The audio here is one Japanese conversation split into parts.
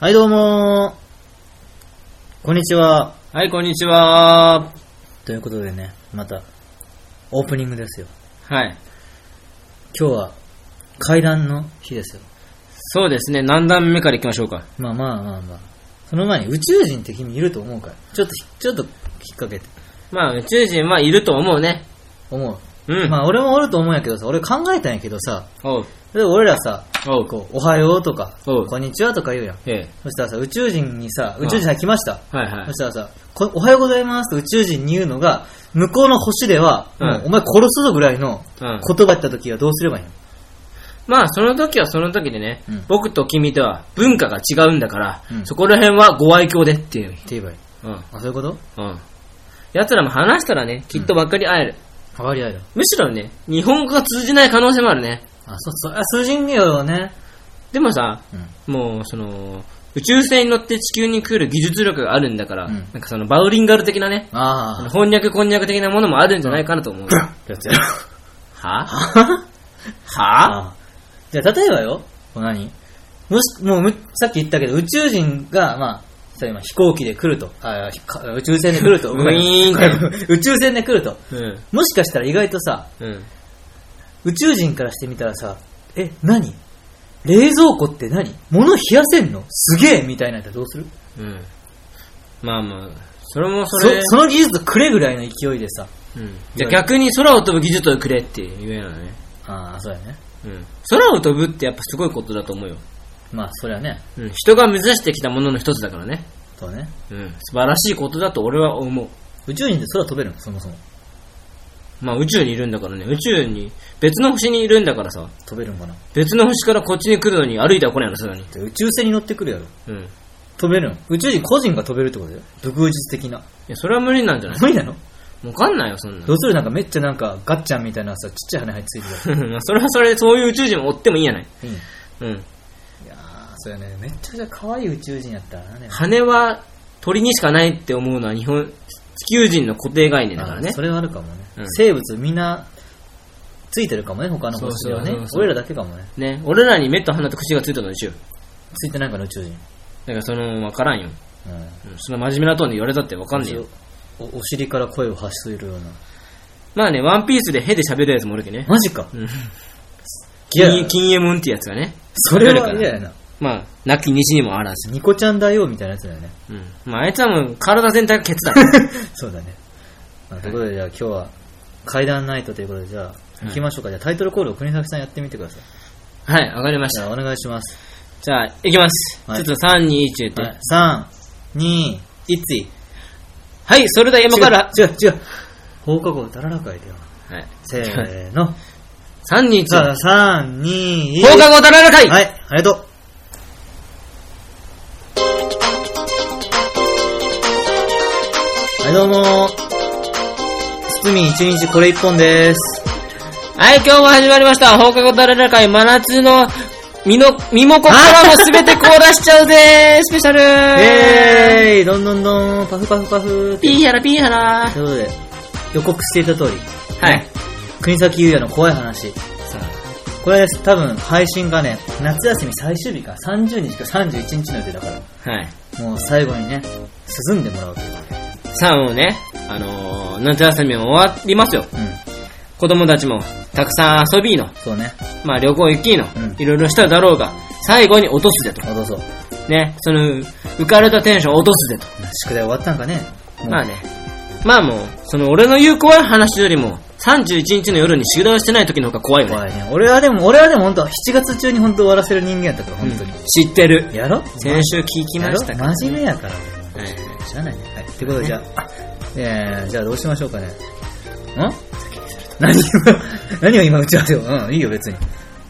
はい、どうもーこんにちは。はい、こんにちは。ということでね、また、オープニングですよ。はい。今日は、階段の日ですよ。そうですね、何段目から行きましょうか。まあまあまあまあ。その前に宇宙人って君いると思うから。ちょっとひ、ちょっと引っ掛けて。まあ、宇宙人はいると思うね。思う。うん。まあ俺もおると思うんやけどさ、俺考えたんやけどさ、おう、例えば俺らさ、おう、こう、おはようとか、おうこんにちはとか言うやん。ええ。そしたらさ、宇宙人にさ、宇宙人さん来ました。はいはいそ。したらさ、こおはようございますと宇宙人に言うのが、向こうの星では、うんもうお前殺すぞぐらいのうん。言葉やった時はどうすればいいのまあ、その時はその時でね、うん僕と君とは文化が違うんだから、うんそこら辺はご愛嬌でっていっう。て言えばいい。うん。あ、そういうことうん。奴らも話したらね、きっと分かり合える。分かり合える。むしろね、日本語が通じない可能性もあるね。あ、そう、そりゃ数人よはね。でもさ、うん。もう、その、宇宙船に乗って地球に来る技術力があるんだから、うんなんかそのバウリンガル的なね、ああのあ。翻訳こんにゃく的なものもあるんじゃないかなと思う。はやつやろ。 はあはあ。じゃあ、例えばよ、こう何もし、もうむ、さっき言ったけど、宇宙人が、まあ、そう今飛行機で来ると。あひか宇宙船で来ると。 ウィーンって 宇宙船で来ると。うん。もしかしたら意外とさ、うん。宇宙人からしてみたらさ、え、何冷蔵庫って何物冷やせんのすげえみたいなやつはどうするうん。まあまあ、それもそそれ。その技術くれぐらいの勢いでさ。うん。じゃあ逆に空を飛ぶ技術をくれって言えなのね。ああ、そうやね。うん。空を飛ぶってやっぱすごいことだと思うよ。まあ、そりゃね。うん。人が目指してきたものの一つだからね。そうね。うん。素晴らしいことだと俺は思う。宇宙人って空飛べるのそもそも。まあ宇宙にいるんだからね。宇宙に、別の星にいるんだからさ。飛べるのかな別の星からこっちに来るのに歩いては来ないの、さらに。宇宙船に乗ってくるやろ。うん。い飛べるの宇宙人個人が飛べるってことだよ。独自的な。や、それは無理なんじゃない無理なのわかんないよ、そんなど。うするなんかめっちゃなんかガッチャンみたいなさ、ちっちゃい羽入ってついてるうんまあそれはそれでそういう宇宙人も追ってもいいんやない。やん。いいねうん。いやー、そうやね。めっちゃじゃあ可愛い宇宙人やったらな、ね。羽は鳥にしかないって思うのは日本、地球人の固定概念だからあねー。それはあるかもね、うん生物みんなついてるかもね他の星ではねそうそうそうそう俺らだけかもねね、俺らに目と鼻と口がついたの一緒。だついてないから宇宙人、からその、わからんよ。うん、うんその真面目なトーンで言われたってわかんねえよ。おお尻から声を発するようなまあね、ワンピースでヘで喋るやつもおるけどね。マジかうん。いや金、金エムンってやつがね。それは喋る嫌から。やなまあ、なきにしにもあらず。ニコちゃんだよみたいなやつだよねうん。まあ、あいつはもう体全体がケツだから。 そうだね、まあということでじゃあ今日は階段ナイトということでじゃあうん行きましょうか、じゃあタイトルコールを国崎さんやってみてくださいはい、わかりましじた。ゃあお願いします、じゃあ、いきます。はいちょっと3、2、1言って。はい、321はい、それでは今から。違う違う違う放課後だららかいでよはい。せーの3、2、1。 さあ、3、2、1。放課後だらら会はい、ありがとう。はい、どうも。つみ一日これ一本です。はい、今日も始まりました。放課後だらら会、真夏の、身の、身も心もすべてこう出しちゃ うぜースペシャルーえーイどんどんどん、パフパフパフって。ピーハラピーハラということで、予告していた通り、はい。国崎優也の怖い話。さこれです、多分配信がね、夏休み最終日か、30日か31日の予定だかあ、はい。ら、もう最後にね、涼んでもらおうという。さあ、もうね、あのー、夏休みも終わりますよ。うん、子供たちも、たくさん遊びの、そうね。まあ旅行行きのうん、いろいろしただろうが、最後に落とすぜと。あ、どうぞ。ね、その、浮かれたテンションを落とすぜと。宿題終わったんかね。もうまあね。まあもう、その俺の言う怖い話よりも、31日の夜に宿題をしてない時の方が怖いよね。怖いね。俺はでも、俺はでも本当、7月中に本当終わらせる人間やったから、本当に。知ってる。やろ先週聞きやまろしたから。真面目やから。はい知らないね。はい。ってことで、じゃあ、えー、じゃあどうしましょうかね。ん何を、何を今打ち合わせを。うん、いいよ、別に。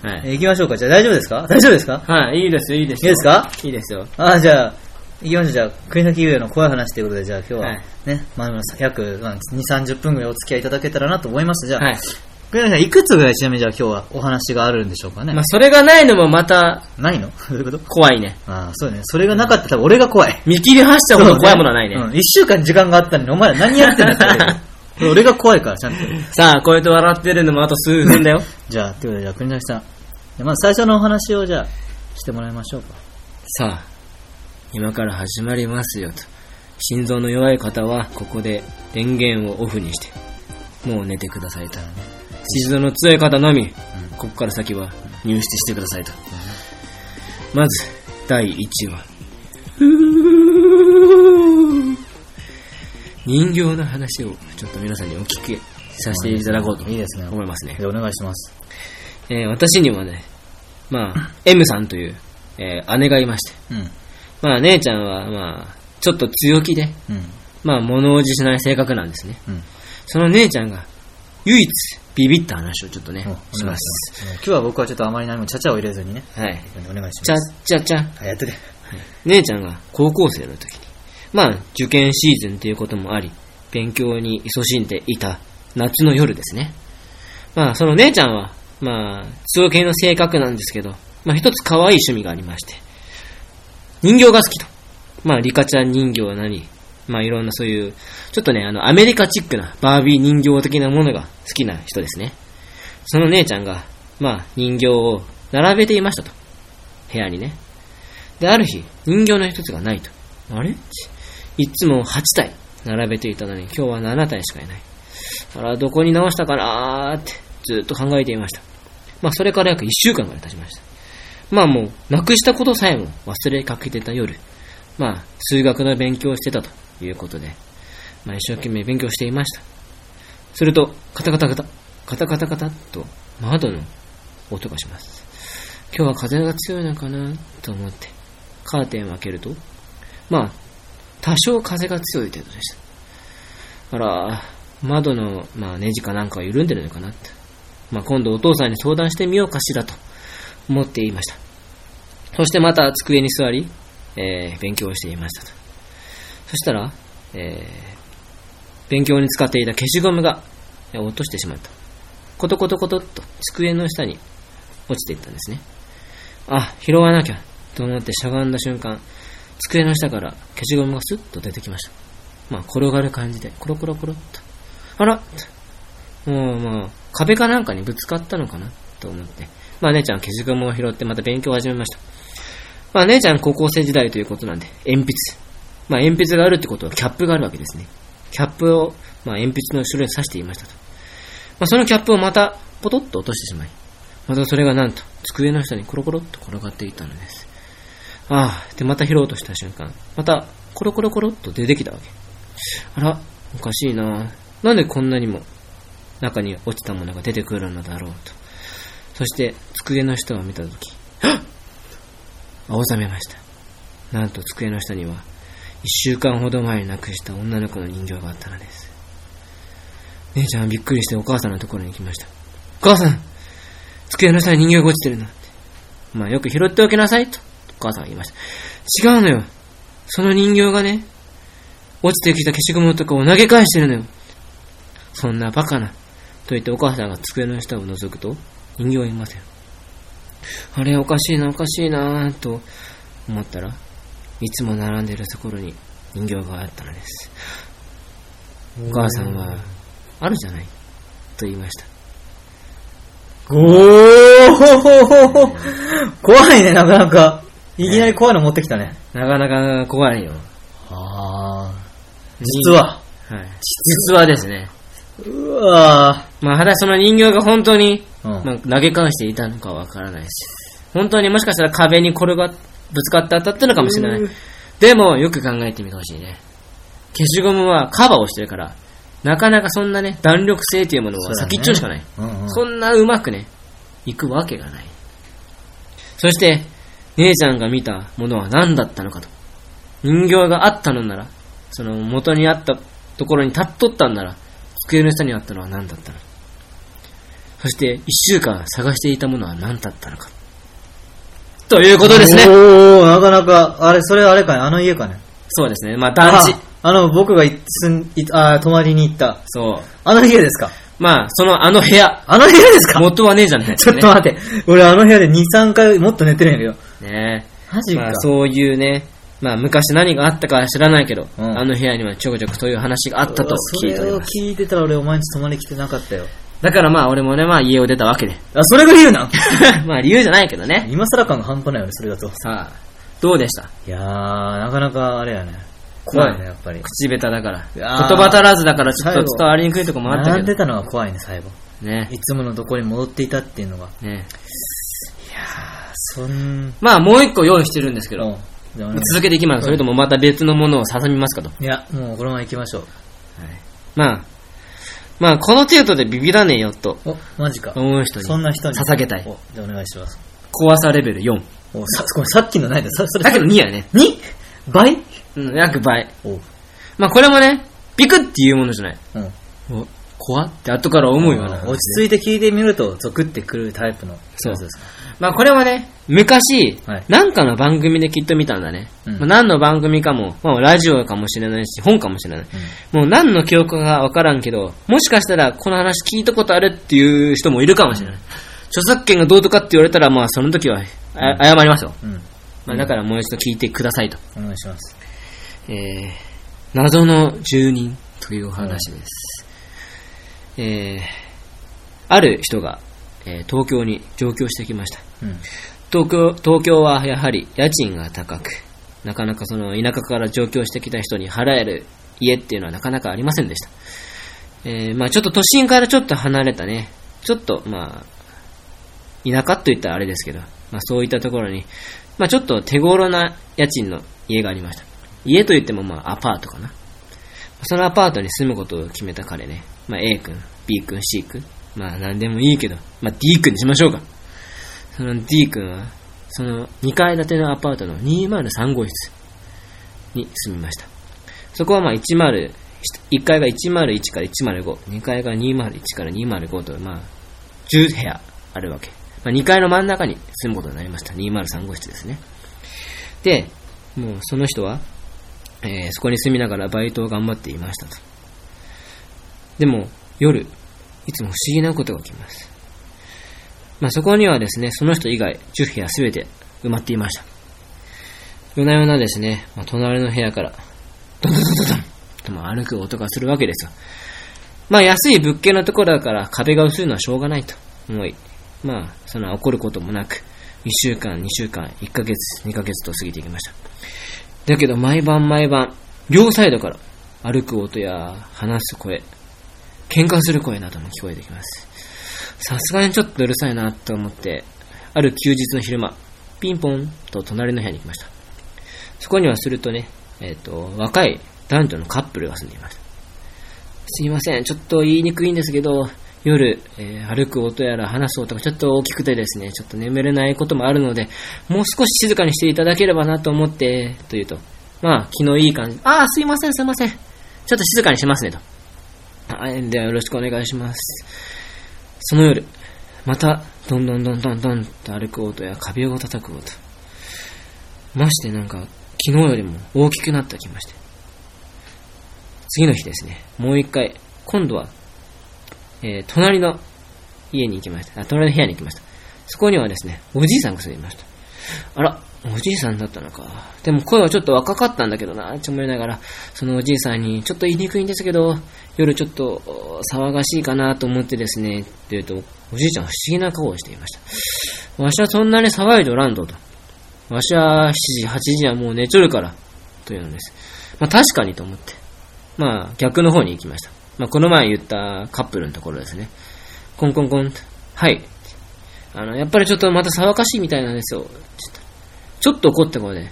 はい。え行きましょうか。じゃあ大丈夫ですか大丈夫ですかはい、いいですよ、いいですいいよ。ですかいいですよ。あー、じゃあ、行きましょう。じゃあ、国崎優也の怖い話ということで、じゃあ今日ははいね、まあ、約、まあ、2、30分ぐらいお付き合いいただけたらなと思います。じゃあ、はい。国崎さん、いくつぐらいちなみにじゃあ今日はお話があるんでしょうかね。まあ、それがないのもまた、ないの どういうこと怖いね。ああ、そうね。それがなかったら多分俺が怖い。見切り発車ほど怖いものはないそうね。うん。一週間時間があったのに、お前ら何やってんだよ、そ れ俺が怖いから、ちゃんと。さあ、こうやって笑ってるのもあと数分だよ。じゃあ、ということで、じゃあ、国崎さん。まず最初のお話を、じゃあ、してもらいましょうか。さあ、今から始まりますよと。心臓の弱い方は、ここで電源をオフにして、もう寝てくださいと。心臓の強い方のみ、ここから先は入室してくださいと。まず、第1話。人形の話をちょっと皆さんにお聞きさせていただこうといいですね。思いますね。でお願いします。えー私にもね、まあ、M さんという、えー姉がいまして、うん。まあ、姉ちゃんは、まあ、ちょっと強気で、うん。まあ、物おじしない性格なんですね。うん。その姉ちゃんが、唯一、ビビった話をちょっとねお願い、ししま。ますす。今日は僕はちょっとあまり何もちゃちゃを入れずにね、はい。お願いしちゃまっす。ちゃちゃ。あ、やってて。姉ちゃんが高校生の時に、まあ、受験シーズンということもあり、勉強に勤しんでいた夏の夜ですね。まあ、その姉ちゃんは、まあ、強気の性格なんですけど、まあ、一つ可愛い趣味がありまして、人形が好きと。まあ、リカちゃん人形なり、まあ、いろんなそういう、ちょっとね、あの、アメリカチックなバービー人形的なものが好きな人ですね。その姉ちゃんが、まあ、人形を並べていましたと。部屋にね。で、ある日、人形の一つがないと。あれいつも8体並べていたのに、今日は7体しかいない。あら、どこに直したかなーって、ずっと考えていました。まあ、それから約1週間ぐらい経ちました。まあもう、なくしたことさえも忘れかけてた夜、まあ、数学の勉強をしてたということで、まあ一生懸命勉強していました。すると、カタカタカタ、カタカタカタっと窓の音がします。今日は風が強いのかなと思って、カーテンを開けると、まあ、多少風が強い程度でした。あら、窓の、まあ、ネジかなんかは緩んでるのかなって。まあ、今度お父さんに相談してみようかしらと思っていました。そしてまた机に座り、えー勉強をしていましたと。そしたら、えー勉強に使っていた消しゴムがえー落としてしまった。コトコトコトっと机の下に落ちていったんですね。あ、拾わなきゃと思ってしゃがんだ瞬間、机の下から消しゴムがスッと出てきました。まあ、転がる感じで、コロコロコロっと。あらもう、まあ、壁かなんかにぶつかったのかなと思って。まあ、姉ちゃんは消しゴムを拾ってまた勉強を始めました。まあ、姉ちゃん高校生時代ということなんで、鉛筆。まあ、鉛筆があるってことはキャップがあるわけですね。キャップを、まあ、鉛筆の後ろに刺していましたと。まあ、そのキャップをまた、ポトッと落としてしまい、またそれがなんと、机の下にコロコロっと転がっていったのです。ああ、で、また拾おうとした瞬間、また、コロコロコロっと出てきたわけ。あら、おかしいななんでこんなにも、中に落ちたものが出てくるのだろうと。そして、机の下を見たとき、はっ青ざめました。なんと机の下には、一週間ほど前に亡くした女の子の人形があったのです。姉ちゃんはびっくりしてお母さんのところに行きました。お母さん机の下に人形が落ちてるなんて。まあよく拾っておきなさいと、お母さんは言いました。違うのよ。その人形がね、落ちてきた消しゴムとかを投げ返してるのよ。そんなバカな。と言ってお母さんが机の下を覗くと、人形はいません。あれおかしいなおかしいなと思ったら、いつも並んでるところに人形があったのです。お母さんは、あるじゃないと言いました。おー怖いね、なかなか。いきなり怖いの持ってきたね。なかなか怖いよ。あー。実は。はい。実はですね。うわまあ、ただその人形が本当に、ー。うん。まあ、投げ返していたのかわからないし、本当にもしかしたら壁に転が、ぶつかって当たったのかもしれなういん。でも、よく考えてみてほしいね。消しゴムはカバーをしてるから、なかなかそんなね、弾力性というものは先っちょしかない。そうだね。うんうんそんなうまくね、いくわけがない。そして、姉ちゃんが見たものは何だったのかと。人形があったのなら、その元にあったところに立っとったんなら、机の下にあったのは何だったのかそして、一週間探していたものは何だったのか。ということですね。おー、なかなか、あれ、それあれかね、あの家かね。そうですね。まあ、団地。ああの、僕がいすんいあー泊まりに行った。そう。あの家ですかまあ、そのあの部屋。あの部屋ですか元は姉ちゃんの部屋でちすょっね。と待って。俺あの部屋で2、3回もっと寝てるんやけど。ねマジか。まあ、そういうね、まあ、昔何があったかは知らないけど、うんあの部屋にはちょくちょくそういう話があったと聞いておうりわます。それを聞いてたら俺お前んち泊まり来てなかったよ。だからまあ、俺もね、まあ、家を出 たわけで。あ、それが理由なんまあ、理由じゃないけどね。今更感が半端ないよね、それだと。さあ、どうでしたいやー、なかなかあれやね。怖怖いいね、やっぱり。口下手だから。言やー葉足らずだからちょっ最と後伝わりにくいとこもあった並けんどで。たのが怖いね、最後。ね。いつものとこに戻っていたっていうのが。ね。そんまあもう一個用意してるんですけど、うんでもね続けていきます。それともまた別のものを挟みますかと。いや、もうこのまま行きましょう。まあ、まあこの程度でビビらねえよとお、マジか。思う人そんにな人に。捧げたいお。じゃあお願いします。怖さレベル4。お、さ、これさっきのないで、そそれ、だけど2やね。 2? 倍うん、約倍。おう。まあこれもね、ビクっていうものじゃない。うん。お怖って後から思うような。落ち着いて聞いてみると、ゾクってくるタイプのやつそうですか。まあこれはね、昔、はいなんかの番組できっと見たんだね。うんまあ何の番組かも、まあラジオかもしれないし、本かもしれない。もう何の記憶かわからんけど、もしかしたらこの話聞いたことあるっていう人もいるかもしれない。著作権がどうとかって言われたら、まあその時は、あ謝りますよ。うん。うん。まあだからもう一度聞いてくださいと。お願いします。えー、謎の住人というお話です。えー、ある人が、えー東京に上京してきました。うん。東京東京はやはり家賃が高く、なかなかその田舎から上京してきた人に払える家っていうのはなかなかありませんでした。えーまあちょっと都心からちょっと離れたね、ちょっとまあ田舎といったらあれですけど、まあそういったところに、まあちょっと手頃な家賃の家がありました。家といってもまあアパートかな。そのアパートに住むことを決めた彼ね、まあ A 君、B 君、C 君、まあ何でもいいけど、まあ D 君にしましょうか。その D 君は、その2階建てのアパートの203号室に住みました。そこはまあ10、1階が101から105、2階が201から205と、まあ、10部屋あるわけ。まあ、2階の真ん中に住むことになりました。203号室ですね。で、もうその人は、えーそこに住みながらバイトを頑張っていましたと。でも、夜、いつも不思議なことが起きます。まあ、そこにはですね、その人以外10部屋すべて埋まっていました。夜な夜なですね、まあ、隣の部屋から、ドンドンドンドンとまあ歩く音がするわけですよ。まあ安い物件のところだから壁が薄いのはしょうがないと思い、まあその怒ることもなく、1週間、2週間、1ヶ月、2ヶ月と過ぎていきました。だけど毎晩毎晩、両サイドから歩く音や話す声、喧嘩する声なども聞こえてきます。さすがにちょっとうるさいなと思って、ある休日の昼間、ピンポンと隣の部屋に行きました。そこにはするとね、えっ、と、若い男女のカップルが住んでいました。すいません、ちょっと言いにくいんですけど、夜、えー歩く音やら話す音がちょっと大きくてですね、ちょっと眠れないこともあるので、もう少し静かにしていただければなと思って、というと、まあ、昨日いい感じ、ああ、すいません、すいません。ちょっと静かにしますね、と。はい、ではよろしくお願いします。その夜、また、どんどんどんどんどんと歩く音や壁を叩く音。ましてなんか、昨日よりも大きくなってきまして。次の日ですね、もう一回、今度は、えー隣の家に行きました。あ、隣の部屋に行きました。そこにはですね、おじいさんが住んでいました。あら、おじいさんだったのか。でも声はちょっと若かったんだけどな、と思いながら、そのおじいさんに、ちょっと言いにくいんですけど、夜ちょっとお騒がしいかなと思ってですね、って言うと、おじいちゃんは不思議な顔をしていました。わしはそんなに騒いでおらんぞと。わしは7時、8時はもう寝ちょるから、というのです。まあ確かにと思って。まあ逆の方に行きました。まあこの前言ったカップルのところですね。コンコンコンと。はい。あの、やっぱりちょっとまた騒がしいみたいなんですよ。ちょっと怒った声で、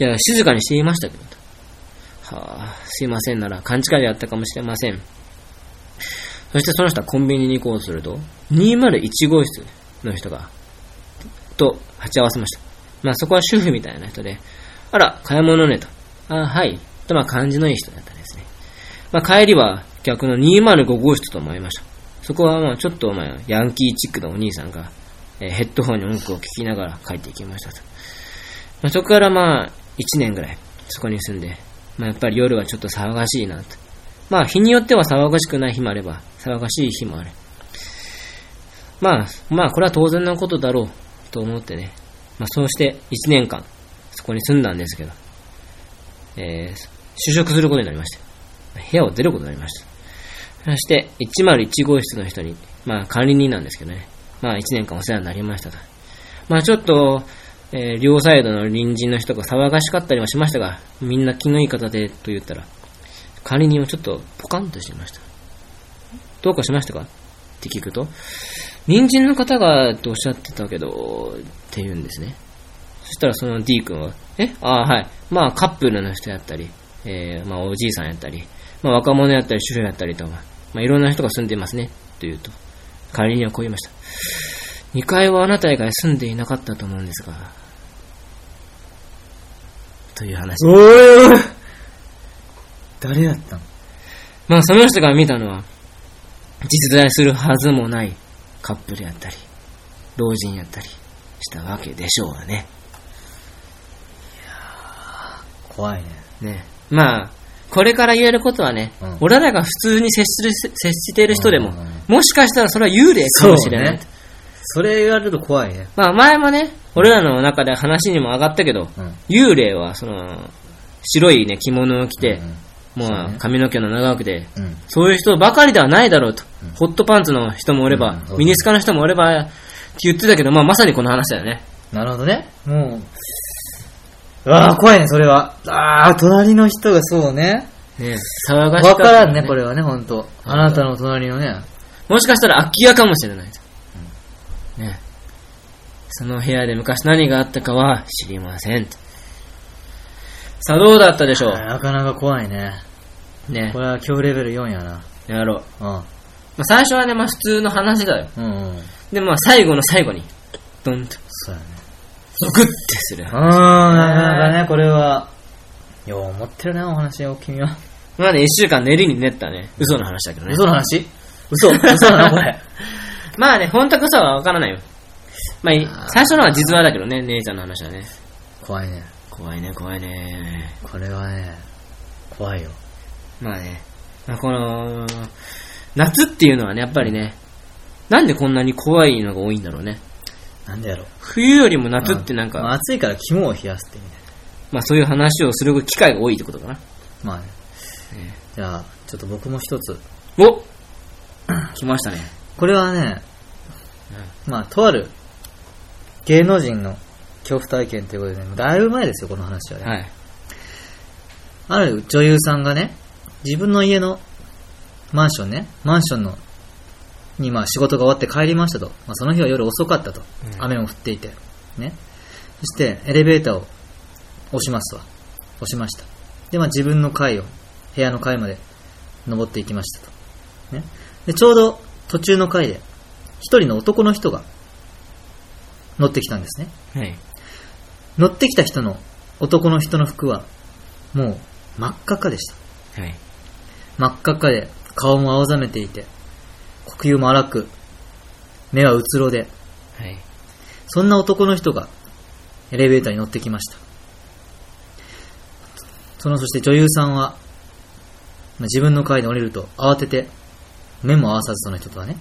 いや、静かにしていましたけど、とはあ、すいませんなら、勘違いであったかもしれません。そしてその人はコンビニに行こうとすると、201号室の人が、と、鉢合わせました。まあそこは主婦みたいな人で、あら、買い物ね、と。あはい。と、まあ感じのいい人だったんですね。まあ帰りは逆の205号室と思いました。そこはまあちょっとまあヤンキーチックのお兄さんが、えーヘッドホンに音楽を聴きながら帰っていきましたと。まあ、そこからまあ、1年ぐらい、そこに住んで、まあ、やっぱり夜はちょっと騒がしいなと。まあ、日によっては騒がしくない日もあれば、騒がしい日もある。まあ、まあ、これは当然のことだろう、と思ってね。まあ、そうして1年間、そこに住んだんですけど、えー、就職することになりました。部屋を出ることになりました。そして、101号室の人に、まあ、管理人なんですけどね。まあ、1年間お世話になりましたと。まあ、ちょっと、えー両サイドの隣人の人が騒がしかったりはしましたが、みんな気のいい方でと言ったら、管理人はちょっとポカンとしていました。どうかしましたかって聞くと、隣人の方がとおっしゃってたけど、って言うんですね。そしたらその D 君は、えああ、はい。まあカップルの人やったり、えーまあおじいさんやったり、まあ若者やったり主婦やったりとか、まあいろんな人が住んでいますね、と言うと、管理人はこう言いました。2階はあなた以外住んでいなかったと思うんですが、という話。おー誰やったのまあその人が見たのは、実在するはずもないカップルやったり、老人やったりしたわけでしょうね。怖いね。ね。まあ、これから言えることはね、うん俺らが普通に接する、接している人でも、うんうんうんもしかしたらそれは幽霊かもしれない。そうねそれ言われると怖いね。まあ前もね、俺らの中で話にも上がったけど、うん。幽霊はその、白いね、着物を着て、もうそうね髪の毛の長くて、うん。うん。そういう人ばかりではないだろうと、うんホットパンツの人もおれば、うんそうそうミニスカの人もおればって言ってたけど、まあ、まさにこの話だよね。なるほどね。もう。ああ、怖いね、それは。ああ、隣の人がそうね。ね騒がしかわった、からんね、これはね、ほんと。あなたの隣のね。もしかしたら空き家かもしれないと。ねその部屋で昔何があったかは知りませんと。さあ、どうだったでしょなかなか怖いね。うねこれは今日レベル4やな。やろう。うん。まあ、最初はね、まあ、普通の話だよ。うんうん。で、まあ、最後の最後に、ドンと、そうやね。ゾクッてするう。ーん、なかなかね、これは。よう思ってるな、お話を、君は。まあね、一週間練りに練ったね、嘘の話だけどね。嘘の話嘘 嘘だな、これ。まあね、本当か嘘はわからないよ。まあい、最初のは実話だけどね、姉ちゃんの話はね。怖いね。怖いね、怖いね。これはね、怖いよ。まあね、まあ、この、夏っていうのはね、やっぱりね、なんでこんなに怖いのが多いんだろうね。なんでやろう。冬よりも夏ってなんか、まあ暑いから肝を冷やすってみたいな。まあそういう話をする機会が多いってことかな。まあね。じゃあ、ちょっと僕も一つ。お来ましたね。これはね、まあ、とある芸能人の恐怖体験ということでね、だいぶ前ですよ、この話はね。はい。ある女優さんがね、自分の家のマンションね、マンションの、にまあ仕事が終わって帰りましたと。まあ、その日は夜遅かったとう。ん雨も降っていて。ね。そして、エレベーターを押しますわ。押しました。で、まあ自分の階を、部屋の階まで登っていきましたと。ね。で、ちょうど途中の階で、一人の男の人が乗ってきたんですね。はい。乗ってきた人の、男の人の服は、もう真っ赤っかでした。はい。真っ赤っかで顔も青ざめていて呼吸も荒く目はうつろではい。そんな男の人がエレベーターに乗ってきましたそのそして女優さんはまあ自分の階に降りると慌てて目も合わさずその人とはね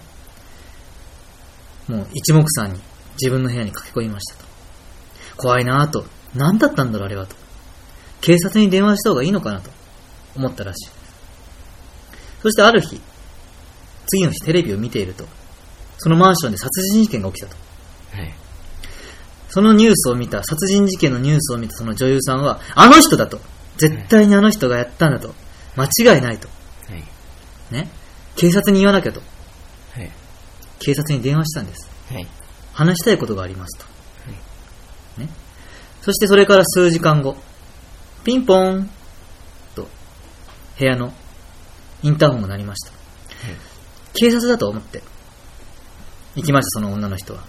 もう一目散に自分の部屋に駆け込みましたと怖いなぁと何だったんだろうあれはと警察に電話した方がいいのかなと思ったらしいそしてある日次の日テレビを見ているとそのマンションで殺人事件が起きたとはい。そのニュースを見た、殺人事件のニュースを見たその女優さんは、あの人だと絶対にあの人がやったんだと間違いないと。はい。ね。警察に言わなきゃと。はい。警察に電話したんです。はい。話したいことがありますと。ね。そしてそれから数時間後、ピンポーンと、部屋のインターホンが鳴りました。警察だと思って、行きました、その女の人は。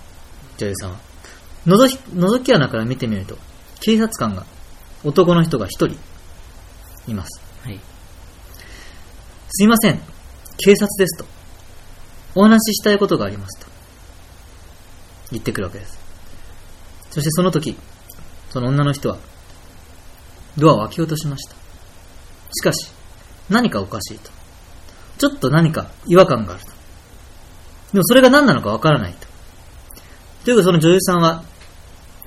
女優さんは。覗き、覗き穴から見てみると、警察官が、男の人が一人、います。はい。すいません、警察ですと。お話ししたいことがありますと。言ってくるわけです。そしてその時、その女の人は、ドアを開けようとしました。しかし、何かおかしいと。ちょっと何か違和感があると。でもそれが何なのかわからないと。というかその女優さんは、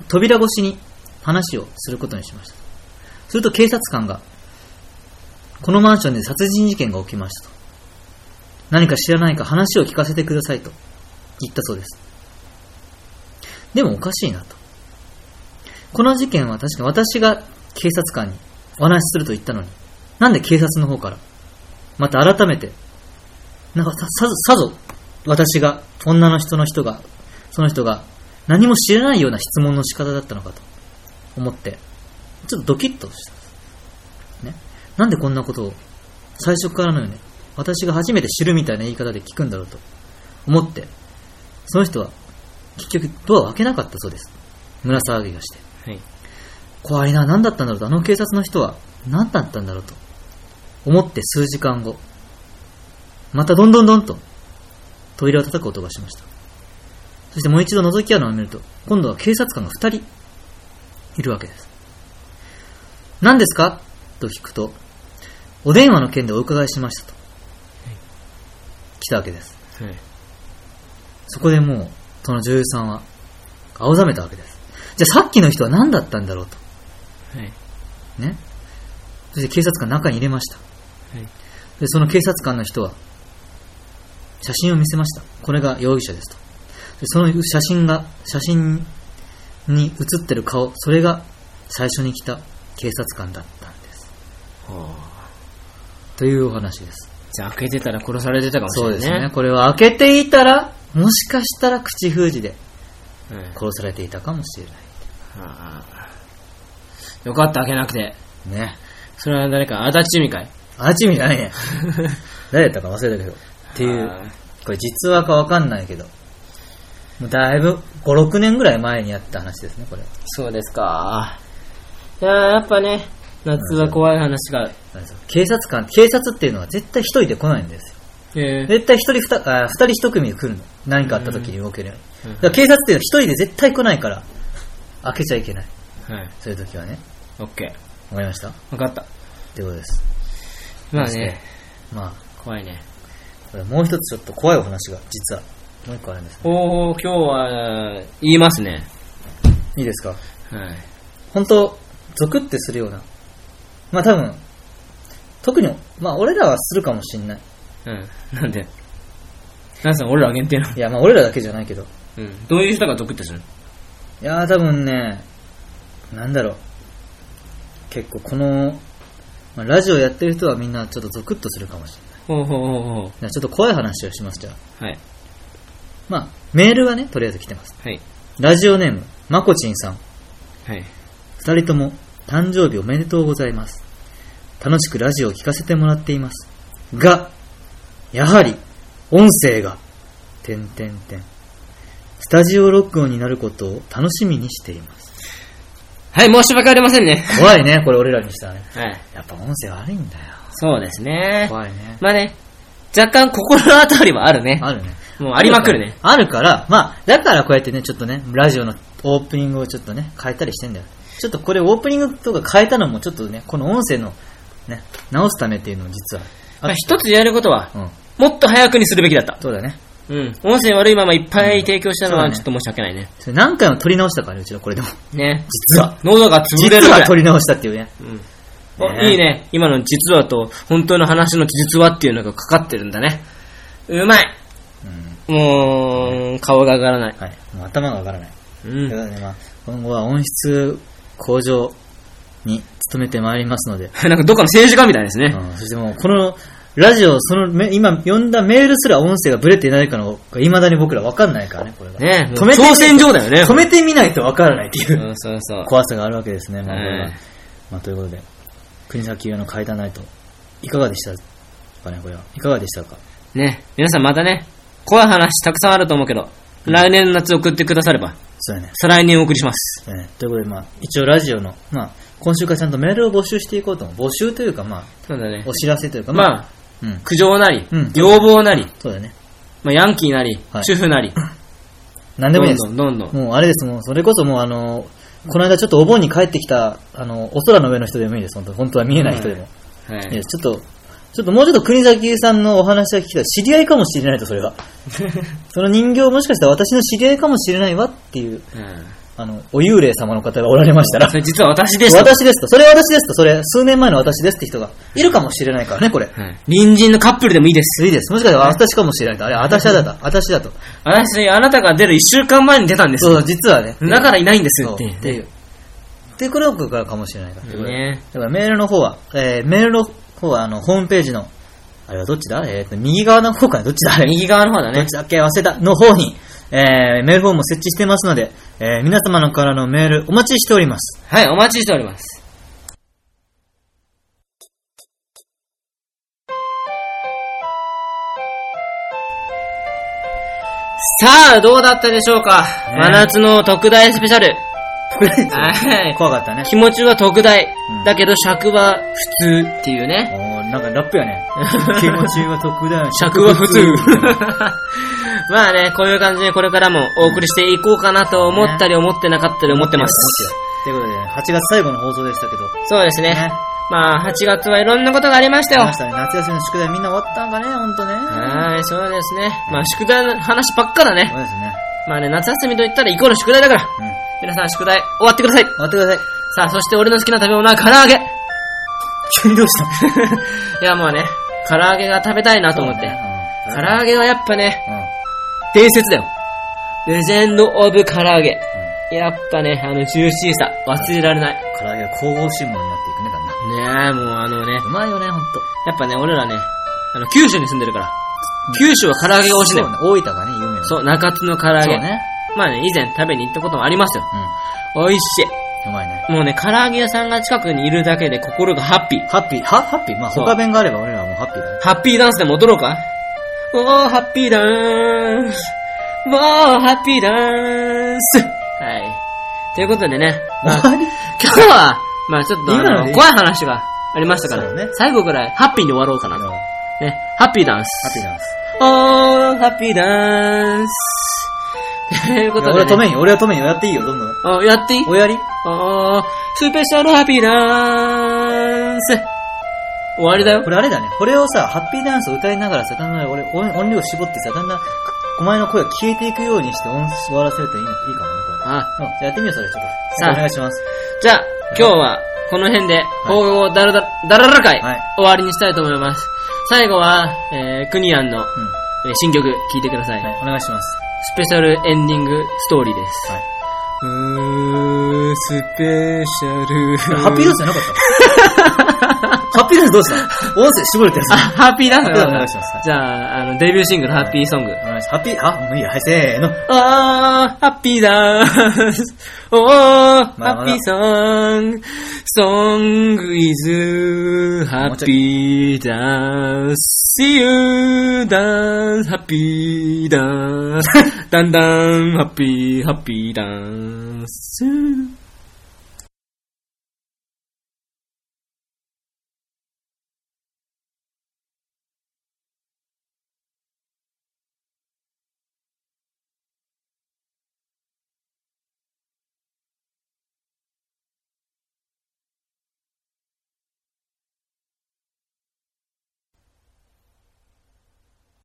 扉越しに話をすることにしました。すると警察官が、このマンションで殺人事件が起きましたと。何か知らないか話を聞かせてくださいと言ったそうです。でもおかしいなと。この事件は確か私が警察官にお話しすると言ったのに、なんで警察の方から、また改めて、なんかさ、さぞ、さぞ、私が、女の人の人が、その人が、何も知らないような質問の仕方だったのかと思って、ちょっとドキッとしたんです。ね。なんでこんなことを、最初からのように、私が初めて知るみたいな言い方で聞くんだろうと思って、その人は、結局ドアを開けなかったそうです。胸騒ぎがして。はい。怖いな、何だったんだろうと、あの警察の人は何だったんだろうと思って数時間後、またどんどんどんと扉を叩く音がしました。そしてもう一度覗き穴を見ると、今度は警察官が二人いるわけです。何ですかと聞くと、お電話の件でお伺いしましたと。来たわけです。はい。そこでもう、その女優さんは、青ざめたわけです。じゃあさっきの人は何だったんだろうと。はい。ね。そして警察官中に入れました。はい。で、その警察官の人は、写真を見せました。これが容疑者ですと。でその写真が、写真に写ってる顔、それが最初に来た警察官だったんです。はあ。というお話です。じゃあ開けてたら殺されてたかもしそうれないでね。すね。これは開けていたら、もしかしたら口封じでうん。は殺されていたかもしれない。あよかった、開けなくて。ね。それは誰か、足立みかい。っあっち見じゃ ないね。誰だったか忘れたけど。っていう。これ実話かわかんないけど、もうだいぶ5、6年ぐらい前にやった話ですね、これ。そうですか。いやーやっぱね、夏は怖い話が。警察官、警察っていうのは絶対一人で来ないんですよ。え絶対一人二、あ二人一組で来るの。何かあった時に動けるように。うんだから警察っていうのは一人で絶対来ないから、開けちゃいけない。ー、はい。そういう時はね。オッケわかりましたっー。わかった。てことです。まあそしてね、。まあ、怖いね。これもう一つちょっと怖いお話が、実は。もう一個あるんですね。おー、今日は、言いますね。いいですかはい。本当ゾクってするような。まあ多分、特に、まあ俺らはするかもしんない。うん。なんで。なんさん、俺ら限定なの。いや、まあ俺らだけじゃないけど。うん。どういう人が得ってするいやー多分ね、なんだろう。結構この、まあ、ラジオやってる人はみんなちょっとゾクッとするかもしれないほうほうほうほいや。ちょっと怖い話をします、じゃあ。う。はい。まあ、メールがね、とりあえず来てます。はい。ラジオネーム、まこちんさん。はい。二人とも誕生日おめでとうございます。楽しくラジオを聞かせてもらっています。が、やはり、音声が、てんてんてん。スタジオ録音になることを楽しみにしてい ます。はい、申し訳ありませんね。怖いね、これ俺らにしたらね。はい。やっぱ音声悪いんだよ。そうですね。怖いね。まあね、若干心当たりはあるね。あるね。もうありまくるね。あるから、まあ、だからこうやってね、ちょっとね、ラジオのオープニングをちょっとね、変えたりしてんだよ。ちょっとこれオープニングとか変えたのも、ちょっとね、この音声の、ね、直すためっていうのも実は。まあ、一つやることは、うん。もっと早くにするべきだった。そうだね。うん。音声悪いままいっぱい提供したのうはんちょっと申し訳ないね。それ何回も撮り直したからね、うちらこれでも。ね。実は。喉が潰れる実ぐらはい撮。り直したっていうね。うんねおいいね。今の実話と本当の話の実話っていうのがかかってるんだね。うまいうん。もう、顔が上がらない。はい。もう頭がわからない。とう。いうんことで、まあ、今後は音質向上に努めてまいりますので。なんかどっかの政治家みたいですね。うん。そしてもう、この、ラジオ、そのめ、今読んだメールすら音声がブレていないかのが、いまだに僕らわかんないからね、これが。ね止めて挑戦状だよね。止めてみないとわからないっていううん、そうそう。怖さがあるわけですね、まあ、これうはん。まあ、ということで、国崎用の階段ナイト、いかがでしたかね、これは。いかがでしたかね、皆さんまたね、怖い話たくさんあると思うけど、来年の夏送ってくだされば、そうだね。再来年お送りします。えーということで、まあ、一応ラジオの、まあ、今週からちゃんとメールを募集していこうと思う。募集というか、まあ、そうだね。お知らせというか、まあ、うん、苦情なり、うん要望なり、そうだね。まあ、ヤンキーなり、はい主婦なり、なんでどもいいんですど。んどんどん。もう、あれです、もう、それこそもう、あの、この間ちょっとお盆に帰ってきた、あの、お空の上の人でもいいです、本当に本当は見えない人でも。はいやい。ちょっと、ちょっともうちょっと国崎さんのお話が聞きたい。知り合いかもしれないと、そ れは。その人形もしかしたら私の知り合いかもしれないわっていう、うんあの、お幽霊様の方がおられましたらそ。れ実は私でした。私ですと。それ私ですと。それ、数年前の私ですって人がいるかもしれないからね、これ。はい隣人のカップルでもいいです。いいです。もしかしたら私かもしれないと。あれ、私だと。私だと。私、あなたが出る一週間前に出たんです。そう、実はね。だからいないんですそうって。っていう。ってくるからかもしれないから。ね。だからメールの方は、えーメールの方は、あの、ホームページの、あれはどっちだえーと、右側の方かなどっちだあれ右側の方だどっねち。だっけ忘れたの方に、えーメールフォームを設置してますので、えー皆様のからのメールお待ちしております。はい、お待ちしております。さあ、どうだったでしょうか、ね真夏の特大スペシャル。はい。怖かったね。気持ちは特大うん。だけど尺は普通っていうね。おーなんかラップや ね。気持ちは特段。尺は普通。 まあね、こういう感じでこれからもお送りしていこうかなと思ったり思ってなかったり思ってます。ということで、ね、8月最後の放送でしたけど。そうですね。まあ、8月はいろんなことがありましたありよま。したね。夏休みの宿題みんな終わったんかね、ほんとね。はい、そうですね。まあ、宿題の話ばっかだそね。うですね。まあね、夏休みと言ったらイコール宿題だから。うん。皆さん宿題終わってください。終わってください。さあ、そして俺の好きな食べ物は唐揚げ。急にどうした いや、もうね、唐揚げが食べたいなと思って。うん唐揚げはやっぱね、うん。伝説だよ。レジェンド・オブ・唐揚げ。うんやっぱね、あの、ジューシーさ、忘れられない。唐揚げは神々しいものになっていくね、だんだん。ねえ、もうあのね、うまいよね、ほんと。やっぱね、俺らね、あの、九州に住んでるから、九州は唐揚げが美味しいんだそうよ。ね、大分がね、有名な。そう、中津の唐揚そうげ。ね。まあね、以前食べに行ったこともありますよ。う美味しん。うまいね。い。もうね、唐揚げ屋さんが近くにいるだけで心がハッピー。ハッピー、はハッピーまあ、そう他弁があれば俺らはもうハッピーだね。ハッピーダンスでも踊ろうかおー、ハッピーダンス。おー、ハッピーダンス。はい。ということでね、まあ終わり今日は、まあちょっとあ今のの、ね怖い話がありましたから、そうね最後ぐらいハッピーに終わろうかあなのと。ハね、ハッピーダンス。ッピーなんです。おー、ハッピーダンス。というこいやと俺で、は止めね。んよ、俺は止めんよ、やっていいよ、どんどん。おやっていいおやりおー、スペシャルハッピーダンス。終わりだよこ。れあれだね、これをさ、ハッピーダンスを歌いながらさ、だんだん俺、音音量絞ってさ、だんだん、お前の声が消えていくようにして音終わらせるといいのいいかもね、これ。あ、うん、じゃあやってみよう、それ、ちょっと。さあお願いします。じゃあ、今日は、この辺で、放課後だらだら、だらだら会、はい終わりにしたいと思います。最後は、えー、クニアンの、うん。はえー新曲、聴いてください,、い、お願いします。スペシャルエンディングストーリーです。はいうー、スペシャル。ハッピーダンスじゃなか ったハッピーダンスどう した音声絞れてるあ、やつ。ハッピーダンスハッピーダンスお願いしますじゃあ、あの、デビューシングル、ハッピーソング。お願いしますハッピー、あ、もういいよ、はい、せーの。あー、ハッピーダンス。おー、まだハッピーソング。ソングイズ、ハッピーダンス。See you, ダンス、ハッピーダンス。ダンダン、ハッピー、ハッピーダンス。